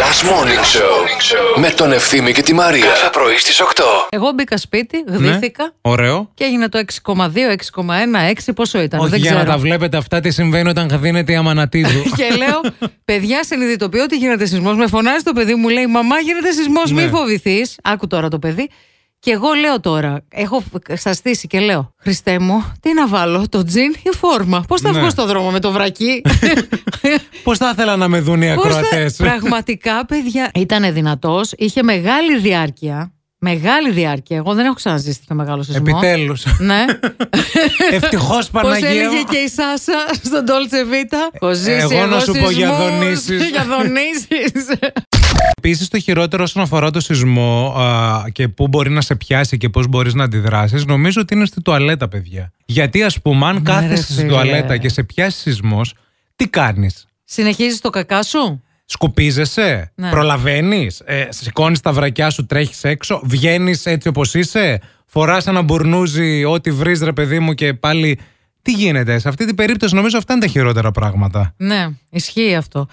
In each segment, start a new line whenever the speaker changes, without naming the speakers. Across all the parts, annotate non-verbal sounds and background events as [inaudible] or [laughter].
Last Morning Show με τον Ευθύμη και τη Μαρία. Κάθε πρωί στις 8.
Εγώ μπήκα σπίτι,
Ναι.
γδύθηκα
Ωραίο.
και έγινε το 6,2, 6,1, 6 πόσο ήταν.
Όχι
δεν
για
ξέρω.
να τα βλέπετε αυτά τι συμβαίνει όταν δίνεται η [laughs] αμανατίδου.
[laughs] Και λέω, παιδιά, συνειδητοποιώ ότι γίνεται σεισμός. Με φωνάζει το παιδί μου, λέει, Μαμά, γίνεται σεισμός, μην
Ναι.
φοβηθείς. Άκου τώρα το παιδί. Και εγώ λέω τώρα, έχω σταστήσει και λέω, Χριστέ μου, τι να βάλω, το τζιν ή φόρμα. Πώς θα
Ναι.
βγω στο δρόμο με το
[laughs]
βρακί.
Πώς θα ήθελα να με δουν οι
Πώς θα-
ακροατές.
Πραγματικά, παιδιά, ήταν δυνατός, είχε μεγάλη διάρκεια. Μεγάλη διάρκεια. Εγώ δεν έχω ξαναζήσει τέτοιο μεγάλο σεισμό.
Επιτέλους.
Ναι.
[laughs] Ευτυχώς
Πώς
Παναγία.
έλεγε
μου.
και η Σάσα στον Τόλτσε Βίτα. Έχω ζήσει
εγώ να σου πω για
σεισμούς,
δονήσεις.
Για δονήσεις.
Επίσης, το χειρότερο όσον αφορά το σεισμό α, και πού μπορεί να σε πιάσει και πώς μπορείς να αντιδράσεις, νομίζω ότι είναι στη τουαλέτα, παιδιά. Γιατί, ας πούμε, αν
Ναι, ρε,
κάθεσαι στην
φίλε.
τουαλέτα και σε πιάσει σεισμός, τι κάνεις.
Συνεχίζεις το κακά σου.
Σκουπίζεσαι,
Ναι.
προλαβαίνεις, ε, σηκώνεις τα βρακιά σου, τρέχεις έξω, βγαίνεις έτσι όπως είσαι, φοράς ένα μπουρνούζι, ό,τι βρεις, ρε παιδί μου, και πάλι. Τι γίνεται, σε αυτή την περίπτωση νομίζω αυτά είναι τα χειρότερα πράγματα.
Ναι, ισχύει αυτό.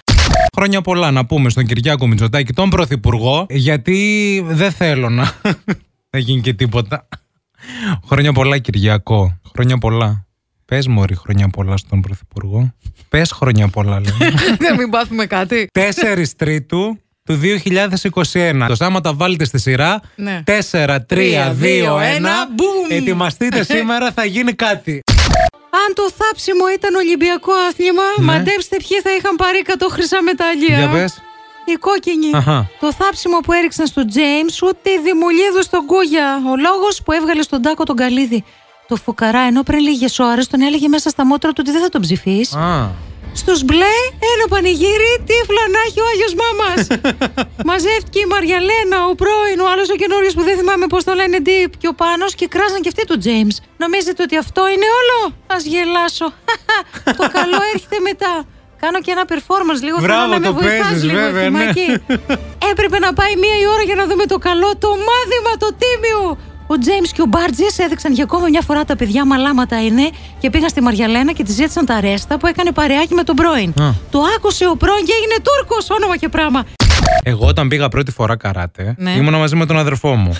Χρόνια πολλά να πούμε στον Κυριάκο Μητσοτάκη, τον Πρωθυπουργό, γιατί δεν θέλω να, [laughs] να γίνει και τίποτα. Χρόνια πολλά, Κυριακό. Χρόνια πολλά. Πες μωρή χρόνια πολλά στον Πρωθυπουργό. Πες χρόνια πολλά, λέμε.
Δεν μην πάθουμε κάτι.
4 Τρίτου του 2021. Το άμα τα βάλετε στη σειρά.
Ναι.
4, 3, 2, 1.
Τρία, δύο, ένα, boom. [laughs]
Ετοιμαστείτε σήμερα, θα γίνει κάτι.
Αν το θάψιμο ήταν Ολυμπιακό άθλημα, μαντέψτε ποιοι θα είχαν πάρει 100 χρυσά μετάλλια.
Για πες.
Οι κόκκινοι.
Αχα.
Το θάψιμο που έριξαν στον Τζέιμ, ούτε η Δημουλίδου στον Κούγια. Ο λόγος που έβγαλε στον Τάκο τον Καλίδη. Το φουκαρά, ενώ πριν λίγες ώρες τον έλεγε μέσα στα μότρα του ότι δεν θα τον ψηφίσεις.
Α,
Στους μπλε, ένα πανηγύρι, τύφλα να έχει ο Άγιος Μάμας.
[laughs]
Μαζεύτηκε η Μαριαλένα, ο πρώην, ο άλλος ο καινούριος που δεν θυμάμαι πώς το λένε, Deep και ο Πάνος και κράζαν και αυτοί τον Τζέιμ. Νομίζετε ότι αυτό είναι όλο. Ας γελάσω. [laughs] το καλό έρχεται μετά. Κάνω και ένα performance λίγο θέλω
Μπράβο,
να με
το
βοηθάς
παίζεις,
λίγο
βέβαια, ναι.
Ευθυμάκη. Έπρεπε να πάει μία η ώρα για να δούμε το καλό, το μάθημα, το τίμιο. Ο Τζέιμ και ο Μπάρτζης έδειξαν για ακόμα μια φορά τα παιδιά μαλάματα είναι και πήγαν στη Μαριαλένα και τη ζήτησαν τα ρέστα που έκανε παρεάκι με τον πρώην.
Α.
Το άκουσε ο πρώην και έγινε Τούρκος, όνομα και πράγμα.
εγώ όταν πήγα πρώτη φορά καράτε,
Ναι.
ήμουνα μαζί με τον αδερφό μου.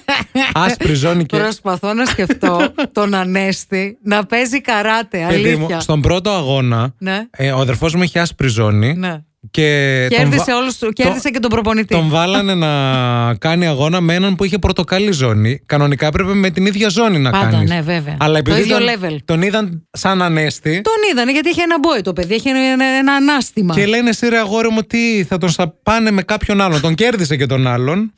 [laughs]
Άσπρη ζώνη και.
Προσπαθώ να [laughs] σκεφτώ τον Ανέστη να παίζει καράτε,
Παιδί μου, στον πρώτο αγώνα,
Ναι.
ε, ο αδερφός μου είχε άσπρη ζώνη.
Ναι.
Και Ε, τον
Κέρδισε
βα-
όλους του- κέρδισε και τον προπονητή.
Τον βάλανε να κάνει αγώνα με έναν που είχε πορτοκαλί ζώνη. Κανονικά έπρεπε με την ίδια ζώνη να
Πάντα,
κάνεις.
ναι, βέβαια.
Αλλά
Το
επειδή
ίδιο
τον,
level.
τον είδαν σαν ανέστη
Τον είδανε γιατί είχε ένα μπόι το παιδί, είχε ένα, ένα ανάστημα.
και λένε εσύ ρε αγόρι μου τι θα τον σαπάνε με κάποιον άλλον. τον κέρδισε και τον άλλον.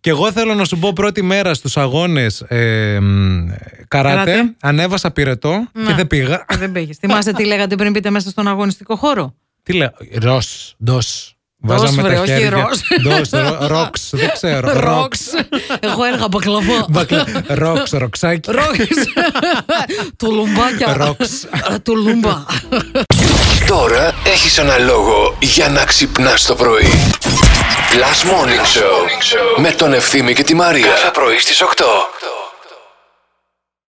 Και εγώ θέλω να σου πω πρώτη μέρα στους αγώνες ε, μ, καράτε,
Καράτε.
ανέβασα πυρετό και δεν πήγα.
Ε, Δεν πήγες. Θυμάστε τι λέγατε πριν μπείτε μέσα στον αγωνιστικό χώρο.
Τι λέω, Ρος, ντος.
Ντος,
Βάζαμε
βρε,
τα
όχι
χέρια.
ρος.
Ντος, ρο- ροξ, δεν ξέρω.
Ροξ. Εγώ έλεγα μπακλαβό.
Μπακλα- Ροξ, ροξάκι.
Ροξ. Τουλουμπάκια.
Ροξ.
Ε, Τουλούμπα.
Τώρα έχεις ένα λόγο για να ξυπνάς το πρωί. Last Morning Show με τον Ευθύμη και τη Μαρία. Κάθε πρωί στις 8.